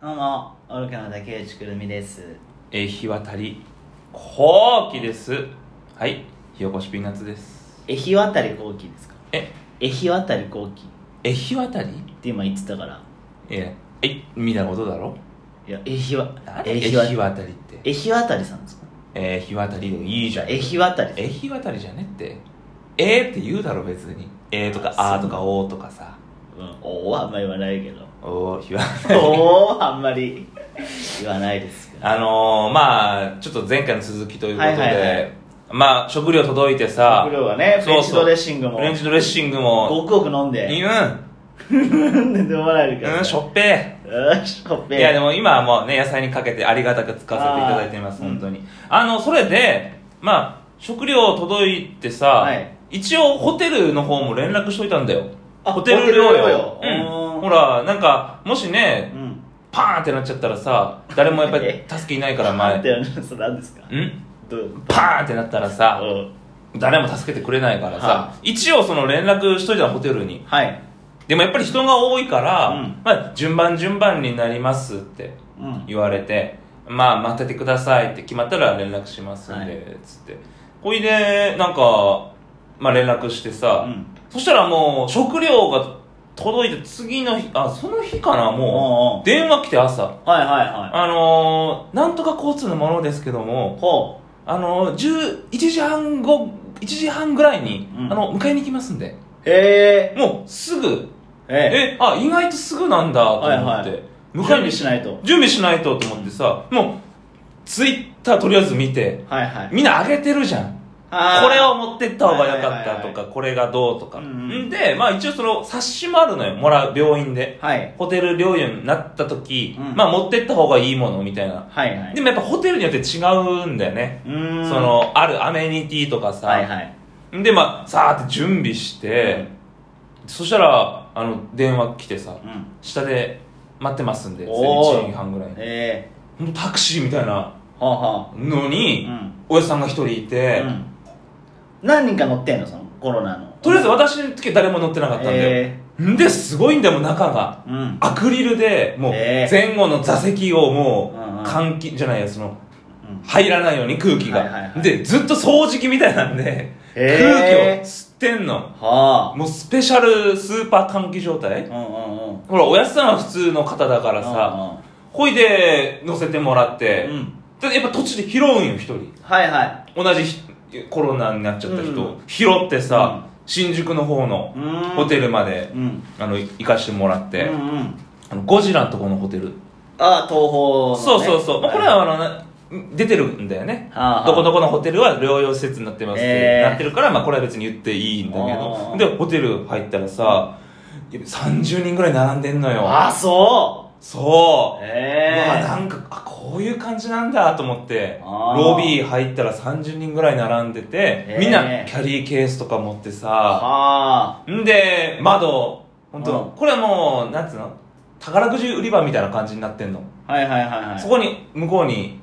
どうも、愚かな竹内くるみです。えー、日渡り後期ですはい火起こしピーナッツですえひわたり後期ですかええひわたり後期っえ日渡りて今言ってたから。ええみたいなことだろいや、えひわ、えひわ日渡りってえひわたりさんですかえ日渡りでもいいじゃんえひわたりさん。え日渡りじゃねってえー、って言うだろ別にえー、とかああーとかおーとかさうん、おおはあんまり言わないけ ど。おー日渡りおおはあんまり言わないですけど。あのー、まあちょっと前回の続きということで、はいはいはいまあ食料届いてさ食料がね、フレンチドレッシングも。フレンチドレッシングもごくごく飲んうんで。う飲んでもらえるから。んしょっぺーうんしょっぺいやでも。も今はもうね野菜にかけてありがたく使わせていただいていますあー本当に、あのそれでまあ食料届いてさ、はい一応ホテルの方も連絡しといたんだよあホテル療ホ養、テル療養うん、ほらなんかもしねうん。パーンってなっちゃったらさ誰もやっぱり助けいないから前って何ですかうんどういうパーンってなったらさうん誰も助けてくれないからはさ一応その連絡しといたホテルにはい。でもやっぱり人が多いから、うんまあ、順番順番になりますってうん。言われて「まあ待っててください」って決まったら連絡しますんはいで、つってほいでなんか、まあ、連絡してさ、うんそしたらもう食料が届いて次の日あその日かおなうおもうう電話来て朝はいはいはい。あのー、なんとか交通のものですけどもほあのー、11時半後1時半ぐらいに、うんあの迎えに行きますんでう。へえ。もうすぐええ。えあ意外とすぐなんだと思って、はいはい準迎え備にしないと。準備しないとと思ってさもうツイッターとりあえず見てはいはい。みんな上げてるじゃんあーこれを。持ってった方が良かったはいはいとはいかこれがどうとか、うんうんんでまあ一応その冊子もあるのよもらう病院ではい。ホテル療養になった時、うんまあ持ってった方がいいものみたいなはいはい。でもやっぱホテルによって違うんだよね、うーん。そ、のあるアメニティとかさ、はいはい。でまあさーって準備して、そしたらあの電話来てさうん。下で待ってますんでおー1時半ぐらいにええ。ほんとタクシーみたいなはあはあ。のうに、ん。おやじさんが一人いて、うん。何人か乗ってんのそのコロナの。とりあえずは私の時は誰も乗ってなかったんだよ、えんですごいんだよもう中がえ。うん。アクリルでもうえー前後の座席をもうんうんう換気じゃないやそのうん入らないように空気が、はいはいはいでずっと掃除機みたいなんで、えー空気を吸ってんのはあ。もうスペシャルスーパー換気状態うんうんうん。ほらおやじさんは普通の方だからさほいで乗せてもらっうて、んうん。うん。ただやっぱ途中で拾うんよ一人はいはい。同じひコロナになっちゃったう人、ん拾ってさ、新宿の方のうーんホテルまで、うん。あの行かしてもらって、うんうん。あのゴジラのとこのホテル、ああ、東宝のね。そうそうそう、まあ、これははあのな出てるんだよねああどこどこのホテルは療養施設になってますって、ええなってるから、まあ、これは別に言っていいんだけああどでホテル入ったらさ30人ぐらい並んでんのよああ、そそううえうわえ。なんかあこういう感じなんだと思ってあーロビー入ったら30人ぐらい並んでて、えーみんなキャリーケースとか持ってさはあ。んで窓本うん当これはもうなんつうの宝くじ売り場みたいな感じになってんの、はいはいはいはい。そこに向こうに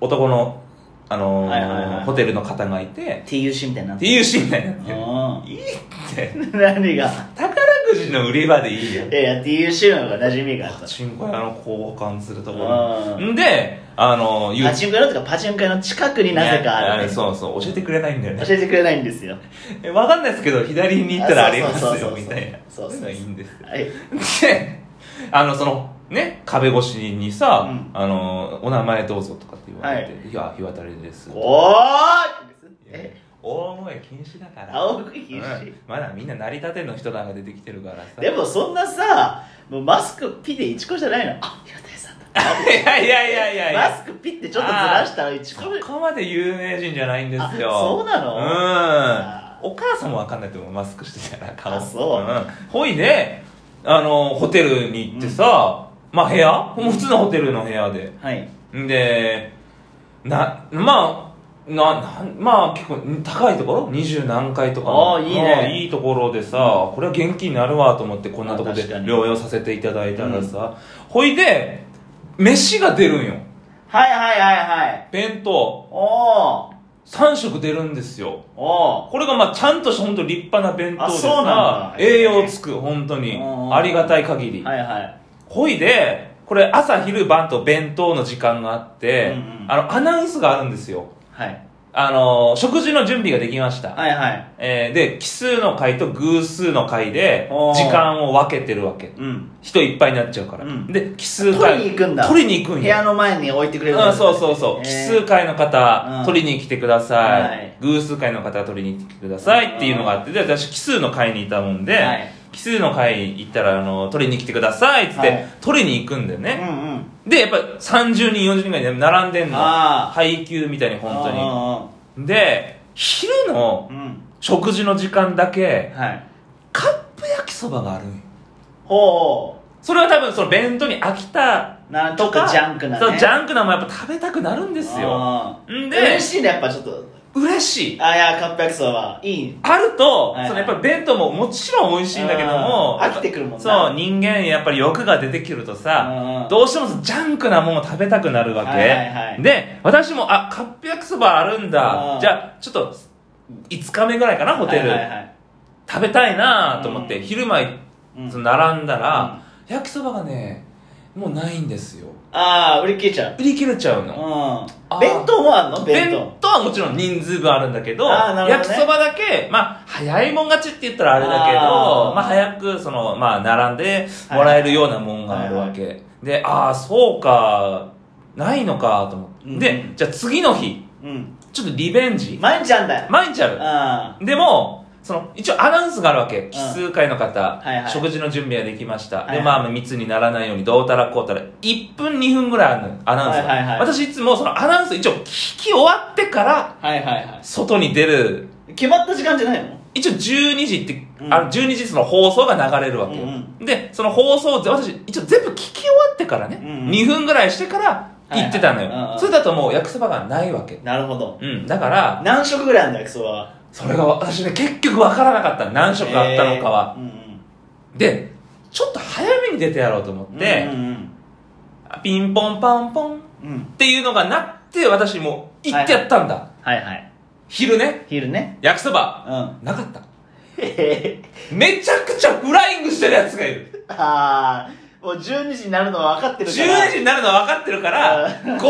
お男の、あのーはいはいはいホテルの方がいて TUC みたいになっっててるいうシーンになってるういいってん何が宝くじの売り場でいいよいやいや TUC の方が馴染みがあったパチンコ屋の交換するとこうろんであの言うパチンコ屋のとかパチンコ屋の近くになぜかある、ねそうそう教えてくれないんだよね教えてくれないんですよえわかんないですけど左に行ったらありますあそうそうそうよそうみたいなそうそうそういうのがいいんですはいであのそのね壁越しにさ、うんあの「お名前どうぞ」とかって言われて「、はいや日渡りです」おーえ大声禁止だから青声禁止うんまだみんな成り立ての人なんか出てきてるからさでもそんなさもうマスクピで1個じゃないのあ平田さんだ いやいやいやいやいマやスクピってちょっとずらしたら1そ個目こまで有名人じゃないんですよあそうなのあうんお母さんもわかんないと思うマスクしてたら顔、あそうんほいであのホテルに行ってさ、まあ部屋もう普通のホテルの部屋ではいんでなまあななんまあ結構高いところ二十何階とかのあーいいねまあいいところでさ、これは元気になるわと思ってこんなところであ確かに療養させていただいたらさ、ほいで飯が出るんよはいはいはいはい弁当おー3食出るんですよおーこれがまあちゃんとした本当立派な弁当あでそうなんさだ栄養つく本当にうんありがたい限りはいはいほいでこれ朝昼晩と弁当の時間があって、うんうんあのアナウンスがあるんですよはいあの食事の準備ができました、はいはいえーで奇数の回と偶数の回でおー時間を分けてるわけうん人いっぱいになっちゃうから、うんで奇数取回りに行くんだ取りに行く部んよ屋の前に置いてくれるうん、そうそうそう、へー奇数回の方、うん取りに来てください、はい偶数回の方取りに来てくださいっていうのがあってで私奇数の会にいたもんで、はい奇数の会行ったらあの取りに来てくださいっつって、はい取りに行くんだようね、んうんでやっぱ30人40人ぐらい並んでんのあ配給みたいにあ本当にで昼の当にうん食事の時間だけはいカップ焼きそばがあるんよほそれは多分その弁当に飽きたうなんとかジャンクなねそうジンャンクなもんやっぱ食べたくなるんですよんで嬉しいねやっぱちょっと嬉しいあいやカップ焼きそばはいいあると、はいはいそのやっぱり弁当ももちろん美味しいんだけどもうん飽きてくるもんなそう人間やっぱり欲が出てくるとさ、うんどうしてもジャンクなものを食べたくなるわけ、はいはいはいで私もあカップ焼きそばあるんだ、うんじゃあちょっと5日目ぐらいかなホテル、はいはいはい食べたいなと思って、うん昼前うんその並んだら、焼きそばがねもうないんですよああ売り切れちゃう売り切れちゃうの、うあん弁当もあんの弁弁当当はもちろん人数分あるんだけどあーなるほ焼どねきそばだけまあ早いもん勝ちって言ったらあれだけどあーまあ早くそのまあ並んでもらえるようなもんがあるわけ、でああそうかないのかと思って、うんでじゃあ次の日うんちょっとリベンジ、毎日あんだよ毎日あうんるはでもその一応アナウンスがあるわけ奇数回の方、はいはい食事の準備ができました、はいはいでまあ密にならないようにどうたらこうたら1分2分ぐらいあるのよアナウンスが、はいはいはい私いつもそのアナウンス一応聞き終わってからいはいは外に出るい決まった時間じゃないの一応12時って、うんあの12時その放送が流れるわけよ、うんでその放送ぜ私一応全部聞き終わってからね、うんうん2分ぐらいしてから行ってたのよ、はいはいうんうんそれだともう焼きそばがないわけなるほどうんだから何食ぐらいあんだよ焼きそばはそれが私ね結局わからなかった何色あったのかは、えーうんでちょっと早めに出てやろうと思うんって、うんうんピンポンパンポンっうんうんていうのがなって私もう行ってやったんだ、はいはい昼ね昼ね焼きそばうん なかったへへへめちゃくちゃフライングしてるやつがいるああもう12時になるのは分かってるから12時になるのは分かってるからうん58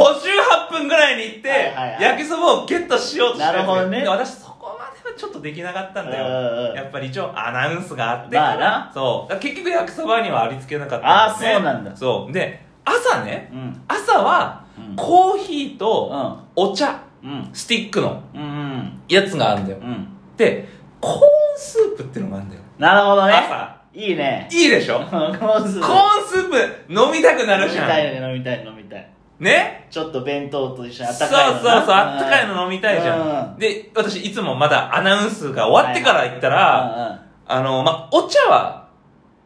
分ぐらいに行ってはいはいはい焼きそばをゲットしようとしてなるほどねで私そこまではちょっとできなかったんだうんうよんやっぱり一応アナウンスがあってから,、まあそうだから結局焼きそばにはありつけなかったあーそうなんだそうで朝ねうん朝はうんコーヒーとお茶うんスティックのうんうんやつがあるんだようんでコーンスープってのがあるんだよなるほどね朝いいねいいでしょコーンスコーンスープ飲みたくなる飲みじゃんたいね飲みたい飲みたいねちょっと弁当と一緒にあっそたうかいそうのそうあったかいの飲みたいじゃん、で私いつもまだアナウンスが終わってから行ったら、らあのまお茶は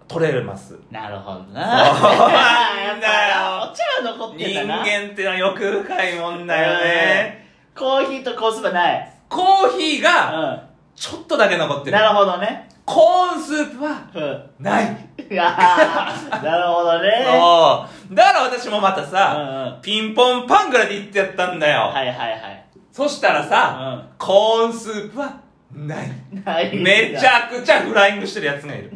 取れますなるほどなそうやっぱなんだよお茶は残ってん人だな間ってのは欲深いもんだよね、コーヒーとコースばないコーヒーうがんちょっとだけ残ってるなるほどねコーンスープはうんないいや ーなるほどねそうだから私もまたさ、はピンポンパンぐらいで行ってやったんだよ、いはいはいそしたらさ、コーンスープはないないめちゃくちゃフライングしてるやつがい る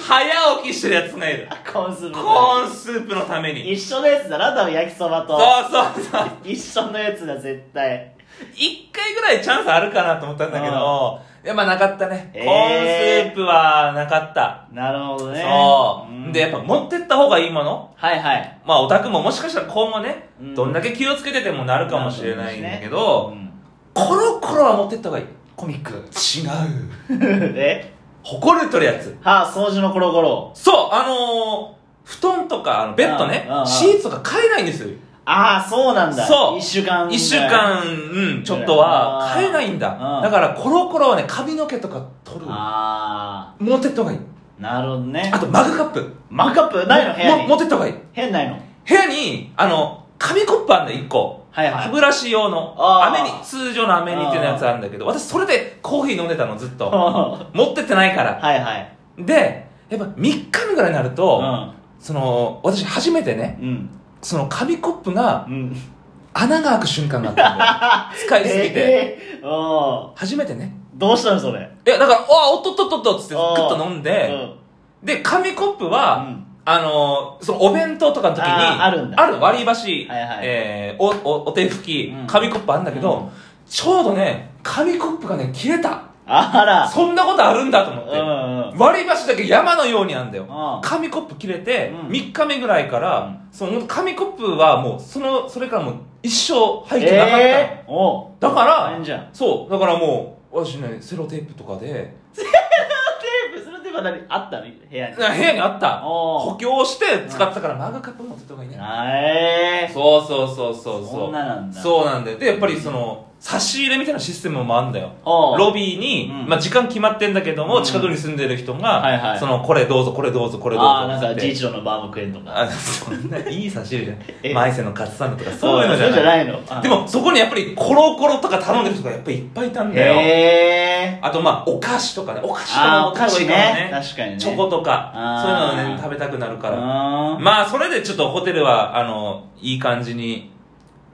早起きしてるやつがいるコーンスープコーンスープのために一緒のやつだな多分焼きそばそうとそうそう一緒のやつだ絶対一回ぐらいチャンスあるかなと思ったんだけどいやまあなかったね、えーコーンスープはなかった、なるほどねそう、んでやっぱ持ってった方がいいものはいはいまあオタクももしかしたら今後ね、うんどんだけ気をつけててもなるかもしれないんだけど、うん コロコロは持ってった方がいいコミック違うえ誇るとるやつはあ掃除のコロコロそうあのー布団とかあのベッドねうんうんうんシーツとか買えないんですよああそうなんだそう一週間1週間、うん、ちょっとは買えないんだ、うんだからコロコロはね髪の毛とか取るあ持ってった方がいいあなるほどねあとマグカップマグカップないの部屋もに持ってった方がいい部屋にないの部屋にあの紙コップあんだ1個はいはい歯ブラシ用のあー雨に通常の雨にっていうのやつあるんだけど私それでコーヒー飲んでたのずっとは持ってってないからい はいでやっぱ3日目ぐらいになると、その私初めてねうんうんその紙コップがうん穴が開く瞬間があっ たんだよ使いすぎてえーおー初めてねどうしたのそれいやだから「あおっとっとっとっと」っつってグあーッと飲んうで、んで紙コップうはんあのーそのお弁当とかの時にあーあるんだ割り箸、はいはいえーおおお手拭うんき紙コップあるんだけど、うんちょうどね紙コップがね切れたあらそんなことあるんだと思うっんて、うん割り箸だけ山のようにあんだよああ紙コップ切れてうん3日目ぐらいから、その紙コップはもうそのそれからもう一生入ってなかったの、えー、おうだから大変じゃんそうだからもう私ねセロテープとかでテープそのテープは何あったの部屋にな 部屋にあったおう補強して使ってたからマグカップ持ってた方がいいねはいそうそうそうそうそんななんだそうなんだよでやっぱりその差し入れみたいなシステムもあんだよおうロビーに、うんまあ、時間決まってんだけども、うん近くに住んでる人はいはがいそのこれどうぞこれどうぞこれどうぞああーなんっかてじいちろのバームクーヘンとかあそんないい差し入れじゃえん前世のカツサンドとかそういうのじゃそうじゃないないのあでもそこにやっぱりコロコロとか頼んでる人がやっぱりいっぱいいたんだよ、へえあとまあお菓子とかねお菓子とあかあお菓子もね確かにねチョコとかあーそういうのね食べたくなるからうんまあそれでちょっとホテルはあのいい感じに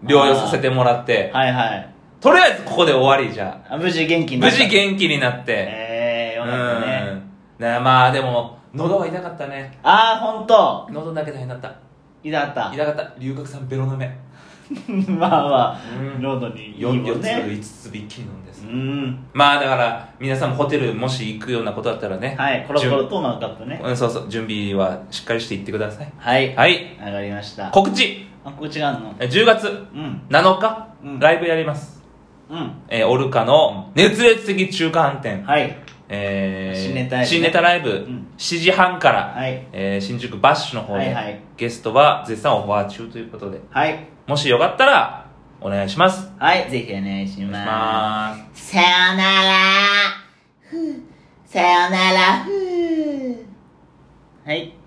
療養させてもらってはいはいとりあえずここで終わりじゃあ無事元気あにな無った事元気になって、ええよかったねうんなまあでも喉は痛かったねああほんと喉だけ大変だった痛かった痛かった龍角さんベロ飲め まあまあうんロードにいいも4ん粒ね5粒一気に飲んです、うんまあだから皆さんもホテルもし行くようなことだったらねはいコロコロとマグカップじねゅんうんそうそう準備はしっかりしていってくださいはいはい上がりました告知あこっちがあんのえ10月うん7日、うんライブやります、うんえーオルカの熱烈的中華飯店、はいえー新ネタライブね新ネタライブ、ん7時半から、はいえー新宿バッシュの方で、はいはいゲストは絶賛オファー中ということではいもしよかったらお願いしますはいぜひお願いしお願いしまますすさよならふうさよならふうはい